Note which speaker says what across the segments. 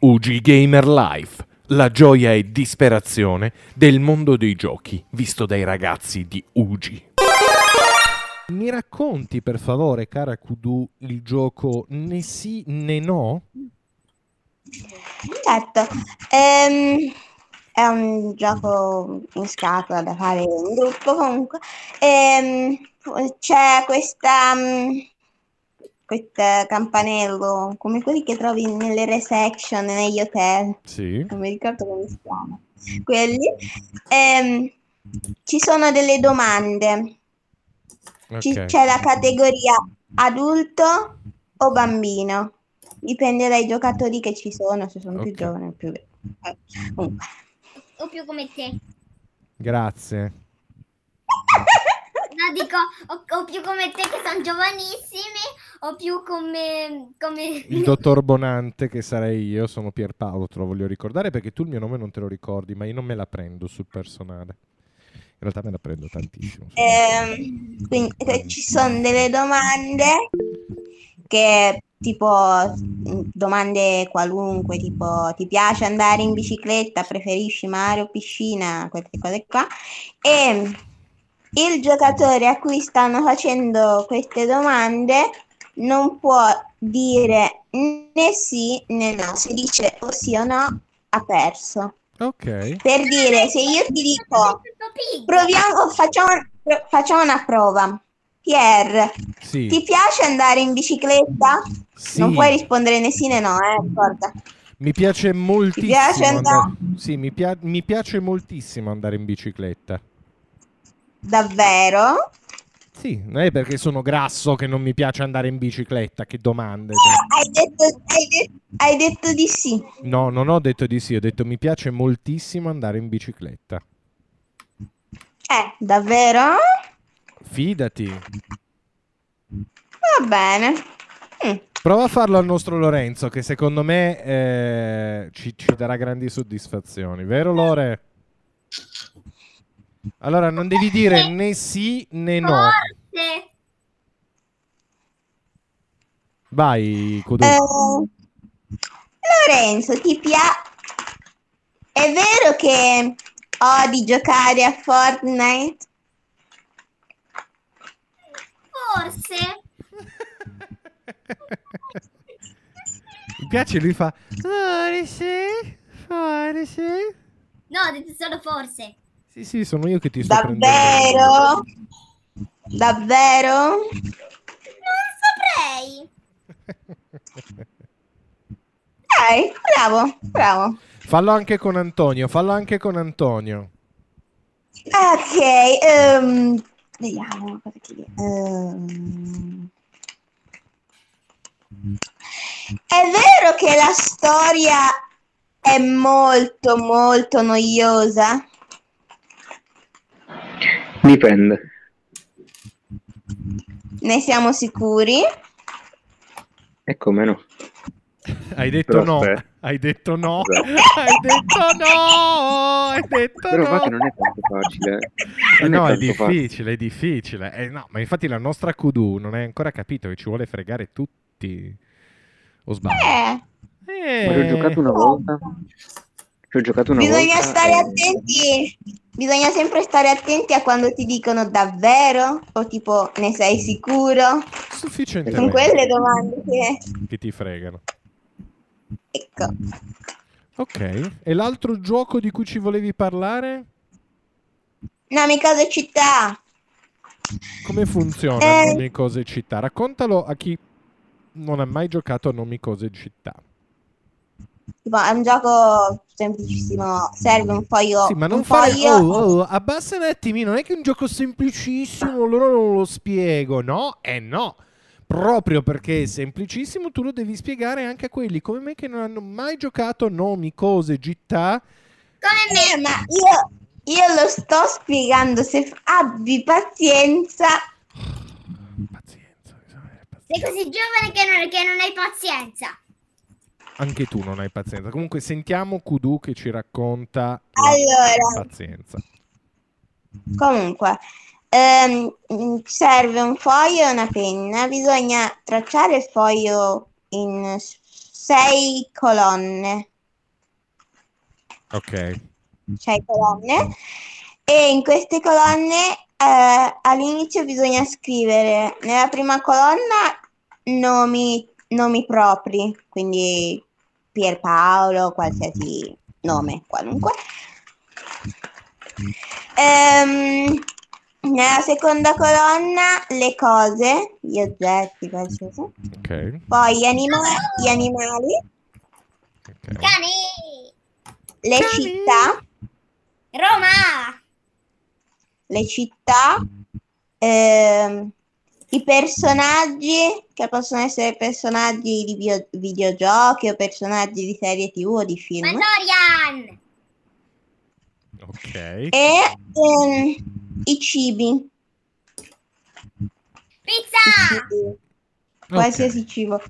Speaker 1: UG Gamer Life, la gioia e disperazione del mondo dei giochi visto dai ragazzi di UG. Mi racconti per favore, cara Kudu, il gioco né sì né no?
Speaker 2: Certo, ehm, è un gioco in scatola da fare in gruppo comunque. Ehm, c'è questa, mm, questo campanello, come quelli che trovi nelle resection, negli hotel,
Speaker 1: Sì.
Speaker 2: non mi ricordo come si chiama. Quelli. Ehm, ci sono delle domande. Ci- C'è la categoria adulto o bambino, dipende dai giocatori che ci sono, se sono più
Speaker 1: Ok.
Speaker 2: giovani o più... eh, comunque.
Speaker 3: o più come te.
Speaker 1: Grazie.
Speaker 3: No, dico o, o più come te che sono giovanissimi o più come... come...
Speaker 1: Il dottor Bonante, che sarei io, sono Pierpaolo, te lo voglio ricordare perché tu il mio nome non te lo ricordi, ma io non me la prendo sul personale. In realtà me la prendo tantissimo. sul
Speaker 2: Ehm, quindi eh, ci sono delle domande che tipo mh, domande qualunque, tipo ti piace andare in bicicletta, preferisci mare o piscina, queste cose qua. E il giocatore a cui stanno facendo queste domande non può dire né sì né no, se dice o sì o no ha perso.
Speaker 1: personale. Ok.
Speaker 2: Per dire se io ti dico Proviamo, facciamo, pro- facciamo una prova. Pierre,
Speaker 1: Sì.
Speaker 2: ti piace andare in bicicletta?
Speaker 1: sì.
Speaker 2: Non puoi rispondere né sì né no, eh, ricorda.
Speaker 1: Mi piace moltissimo.
Speaker 2: piace andare-
Speaker 1: Sì, mi, pia- mi piace moltissimo andare in bicicletta.
Speaker 2: Davvero?
Speaker 1: Sì, non è perché sono grasso che non mi piace andare in bicicletta, che domande. cioè.
Speaker 2: Hai detto, hai de- hai detto di sì.
Speaker 1: No, non ho detto di sì, ho detto mi piace moltissimo andare in bicicletta.
Speaker 2: Eh, davvero?
Speaker 1: Fidati.
Speaker 2: Va bene. Mm,
Speaker 1: Prova a farlo al nostro Lorenzo, che secondo me eh, ci, ci darà grandi soddisfazioni, vero Lore? Allora, non devi dire né sì né no.
Speaker 2: Eh,
Speaker 3: Forte.
Speaker 1: Vai, Kudu.
Speaker 2: eh, Lorenzo, ti piace... È vero che odi giocare a Fortnite?
Speaker 3: Forse.
Speaker 1: Mi piace, lui fa... Forse, forse.
Speaker 3: No, ho detto solo forse.
Speaker 1: Sì, sì, sono io che ti sto prendendo.
Speaker 2: Davvero? Davvero?
Speaker 3: Non saprei.
Speaker 2: Dai, bravo, bravo.
Speaker 1: Fallo anche con Antonio, fallo anche con Antonio.
Speaker 2: Ok, ehm, vediamo cosa ti dico. Ehm, è vero che la storia è molto, molto noiosa.
Speaker 4: Dipende.
Speaker 2: Ne siamo sicuri?
Speaker 4: E come no?
Speaker 1: Hai detto no,
Speaker 4: Però se-
Speaker 1: hai detto no,
Speaker 4: Esatto.
Speaker 1: hai detto no, hai detto
Speaker 4: Però infatti
Speaker 1: no.
Speaker 4: non è tanto facile.
Speaker 1: Eh
Speaker 4: Non
Speaker 1: no, è
Speaker 4: tanto facile.
Speaker 1: difficile, è difficile. Eh no, ma infatti la nostra Kudu non hai ancora capito che ci vuole fregare tutti. O sbaglio?
Speaker 2: Eh,
Speaker 1: Eh,
Speaker 4: Ma ci ho giocato una volta. Ci ho giocato una volta. eh,
Speaker 2: bisogna stare
Speaker 4: e-
Speaker 2: attenti. Bisogna sempre stare attenti a quando ti dicono davvero o tipo ne sei sicuro? Sono
Speaker 1: Sufficientemente
Speaker 2: quelle domande che...
Speaker 1: che ti fregano.
Speaker 2: Ecco.
Speaker 1: Ok, e l'altro gioco di cui ci volevi parlare?
Speaker 2: Nami cose città.
Speaker 1: Come funziona
Speaker 2: Eh.
Speaker 1: Nomi Cose Città? Raccontalo a chi non ha mai giocato a Nomi Cose Città.
Speaker 2: Tipo, è un gioco semplicissimo. Serve un foglio.
Speaker 1: Sì, ma non
Speaker 2: un
Speaker 1: fare...
Speaker 2: foglio-
Speaker 1: Oh, oh, abbassa un attimino, non è che è un gioco semplicissimo, loro non lo spiego, no? Eh no! Proprio perché è semplicissimo, tu lo devi spiegare anche a quelli come me che non hanno mai giocato nomi, cose, città.
Speaker 3: Come me.
Speaker 2: Eh, ma io, io lo sto spiegando. Se abbi pazienza,
Speaker 1: Pazienza, bisogna avere
Speaker 3: Sei
Speaker 1: pazienza.
Speaker 3: così giovane che non, che non hai pazienza.
Speaker 1: Anche tu non hai pazienza. Comunque sentiamo Kudu che ci racconta la
Speaker 2: Allora.
Speaker 1: pazienza.
Speaker 2: comunque. ehm, mm, serve un foglio e una penna. Bisogna tracciare il foglio in sei colonne.
Speaker 1: Ok.
Speaker 2: cioè colonne, e in queste colonne eh, all'inizio bisogna scrivere nella prima colonna nomi, nomi propri, quindi Pierpaolo, qualsiasi nome, qualunque. Ehm, nella seconda colonna le cose, gli oggetti, qualsiasi.
Speaker 1: Ok.
Speaker 2: Poi gli, anima- gli animali,
Speaker 1: ok.
Speaker 3: Cani!
Speaker 2: le città,
Speaker 3: Roma!
Speaker 2: le città, ehm, i personaggi che possono essere personaggi di bio- videogiochi o personaggi di serie tv o di film
Speaker 3: Mandorian!
Speaker 1: Ok.
Speaker 2: e ehm, i cibi,
Speaker 3: Pizza!
Speaker 2: Cibi,
Speaker 1: Ah.
Speaker 2: qualsiasi cibo.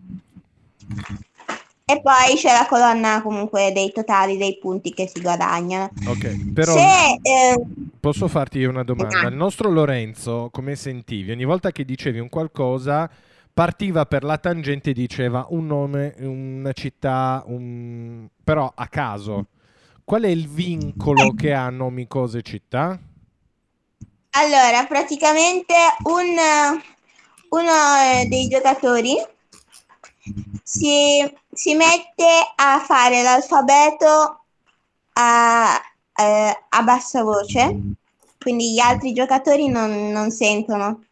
Speaker 2: E poi c'è la colonna comunque dei totali dei punti che si guadagnano.
Speaker 1: Ok, però
Speaker 2: Se ehm,
Speaker 1: posso farti io una domanda. Il nostro Lorenzo, come sentivi, ogni volta che dicevi un qualcosa partiva per la tangente e diceva un nome, una città, un... però a caso. Qual è il vincolo che ha nomi, cose, città?
Speaker 2: Allora, praticamente un, uno eh, dei giocatori si, si mette a fare l'alfabeto a, eh, a bassa voce, quindi gli altri giocatori non, non sentono.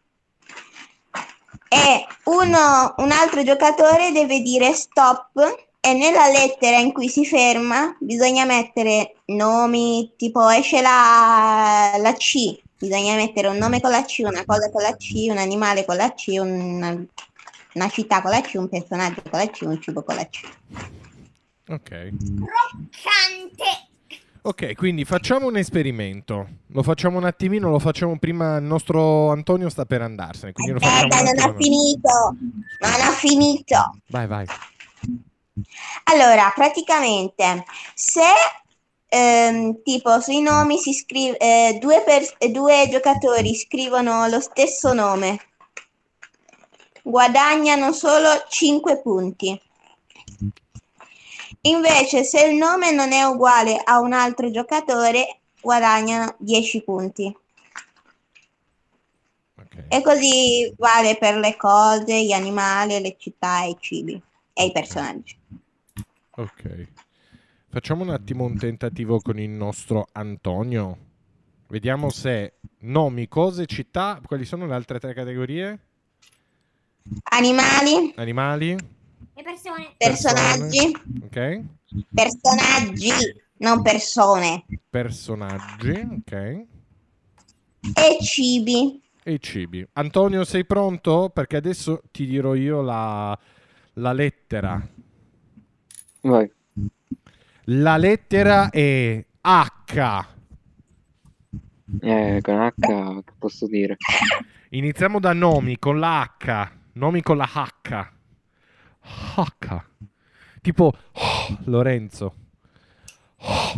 Speaker 2: E uno- un altro giocatore deve dire stop e nella lettera in cui si ferma bisogna mettere nomi, tipo esce la, la C, bisogna mettere un nome con la C, una cosa con la C, un animale con la C, una, una città con la C, un personaggio con la C, un cibo con la C.
Speaker 1: Ok.
Speaker 3: Croccante!
Speaker 1: Ok, quindi facciamo un esperimento. Lo facciamo un attimino, lo facciamo prima. Il nostro Antonio sta per andarsene, quindi lo facciamo
Speaker 2: Aspetta,
Speaker 1: un
Speaker 2: non
Speaker 1: attimo.
Speaker 2: ho finito, non ho finito.
Speaker 1: Vai, vai.
Speaker 2: Allora, praticamente, se ehm, tipo sui nomi si scrive, eh, due, pers- eh, due giocatori scrivono lo stesso nome, guadagnano solo 5 punti. Invece, se il nome non è uguale a un altro giocatore, guadagnano 10 punti.
Speaker 1: Ok.
Speaker 2: E così vale per le cose, gli animali, le città, i cibi e i personaggi.
Speaker 1: Ok. Facciamo un attimo un tentativo con il nostro Antonio. Vediamo se nomi, cose, città. Quali sono le altre tre categorie?
Speaker 2: Animali,
Speaker 1: Animali?
Speaker 3: Le persone!
Speaker 2: personaggi.
Speaker 1: Ok.
Speaker 2: Personaggi, non persone.
Speaker 1: Personaggi? Ok.
Speaker 2: E cibi.
Speaker 1: E i cibi. Antonio, sei pronto? Perché adesso ti dirò io la, la lettera.
Speaker 4: Vai.
Speaker 1: La lettera è H.
Speaker 4: Eh, con H che posso dire?
Speaker 1: Iniziamo da nomi con la H. Nomi con la H. H. Tipo oh, Lorenzo. Oh,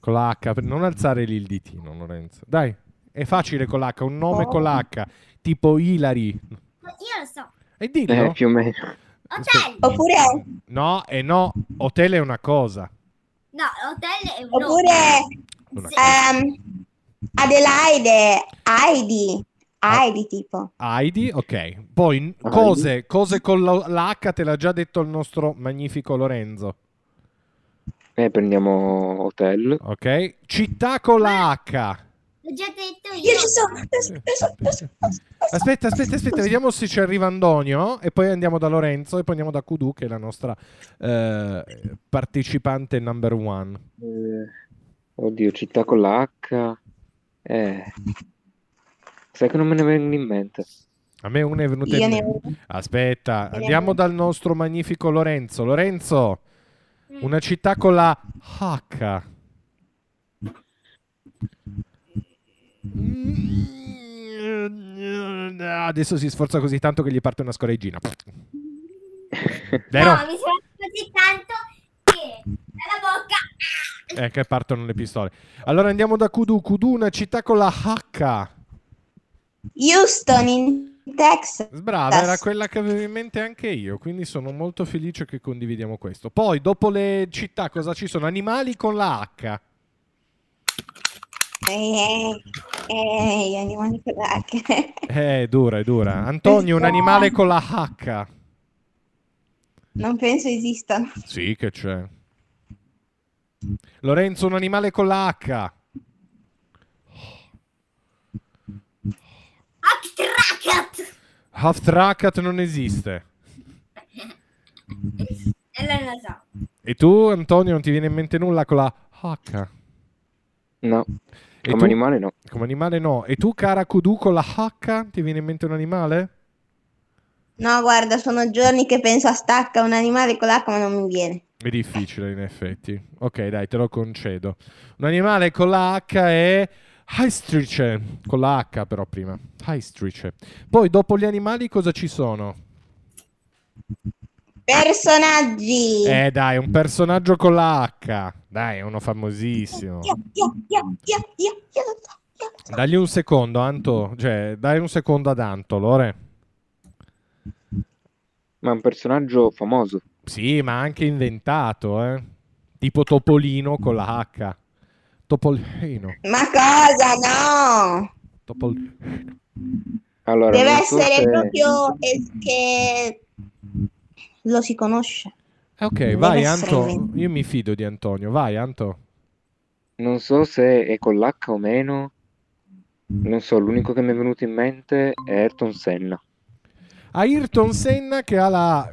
Speaker 1: con la H. Non alzare lì il ditino, Lorenzo. Dai, è facile con l'H. Un nome con la H. Tipo Ilari.
Speaker 3: Io lo so!
Speaker 1: E
Speaker 4: Eh,
Speaker 1: dillo.
Speaker 4: più o meno.
Speaker 3: Hotel!
Speaker 2: Oppure,
Speaker 1: No, e no. Hotel è una cosa.
Speaker 3: No, hotel è un nome.
Speaker 2: oppure
Speaker 1: Una
Speaker 3: Sì.
Speaker 1: cosa.
Speaker 2: ehm, Adelaide, Heidi, Heidi tipo.
Speaker 1: Heidi, ok. Poi n- cose, cose con la, la H te l'ha già detto il nostro magnifico Lorenzo.
Speaker 4: Eh, prendiamo hotel.
Speaker 1: Ok. Città con la H.
Speaker 3: L'ho già detto io!
Speaker 2: Io ci sono.
Speaker 1: Aspetta, aspetta, aspetta, vediamo se ci arriva Antonio e poi andiamo da Lorenzo e poi andiamo da Kudu che è la nostra eh, partecipante number one.
Speaker 4: Eh, oddio, città con la H. Eh. Sai che non me ne vengono in mente.
Speaker 1: A me una è venuta
Speaker 2: Io
Speaker 1: in
Speaker 2: ne
Speaker 1: mente.
Speaker 2: ho uno.
Speaker 1: Aspetta,
Speaker 2: ne-
Speaker 1: andiamo dal nostro magnifico Lorenzo. Lorenzo,
Speaker 3: Mm.
Speaker 1: una città con la H. Mm. Adesso si sforza così tanto che gli parte una scoreggina. Vero?
Speaker 3: No, mi sono così tanto che dalla bocca ah,
Speaker 1: Eh, che partono le pistole. Allora andiamo da Kudu. Kudu, una città con la H.
Speaker 2: Houston in Texas.
Speaker 1: Brava, era quella che avevo in mente anche io, quindi sono molto felice che condividiamo questo. Poi, dopo le città, cosa ci sono? Animali con la H.
Speaker 2: Ehi, ehi, gli animali con la H.
Speaker 1: Eh, è dura, è dura. Antonio, un animale con la H.
Speaker 2: Non penso esistano.
Speaker 1: Sì, che c'è. Lorenzo, un animale con la H.
Speaker 3: Actracat!
Speaker 1: Haftrakat non esiste.
Speaker 3: E lei la sa.
Speaker 1: E tu, Antonio, non ti viene in mente nulla con la H?
Speaker 4: No,
Speaker 1: E
Speaker 4: come
Speaker 1: tu-
Speaker 4: animale no.
Speaker 1: Come animale no. E tu, cara Kudu, con la H ti viene in mente un animale?
Speaker 2: No, guarda, sono giorni che penso a stacca un animale con l'H, ma non mi viene.
Speaker 1: È difficile, in effetti. Ok, dai, te lo concedo. Un animale con la H è Heistrice, con la H però prima. Heistrice. Poi dopo gli animali cosa ci sono?
Speaker 2: Personaggi.
Speaker 1: Eh dai, un personaggio con la H. Dai, è uno famosissimo.
Speaker 2: Io, io, io, io, io, io lo so, io lo so.
Speaker 1: Dagli un secondo, Anto. Cioè, dai un secondo ad Anto, Lore.
Speaker 4: Ma è un personaggio famoso.
Speaker 1: Sì, ma anche inventato, eh. Tipo Topolino con la H. Topolino.
Speaker 2: Ma cosa? No!
Speaker 1: Topol-
Speaker 4: Allora,
Speaker 2: Deve
Speaker 4: non so
Speaker 2: essere
Speaker 4: se-
Speaker 2: proprio es- che lo si conosce.
Speaker 1: Eh, ok,
Speaker 2: Deve
Speaker 1: vai
Speaker 2: essere
Speaker 1: Anto.
Speaker 2: inventato.
Speaker 1: Io mi fido di Antonio. Vai Anto.
Speaker 4: Non so se è con l'H o meno. Non so, l'unico che mi è venuto in mente è Ayrton Senna.
Speaker 1: Ayrton Senna che ha la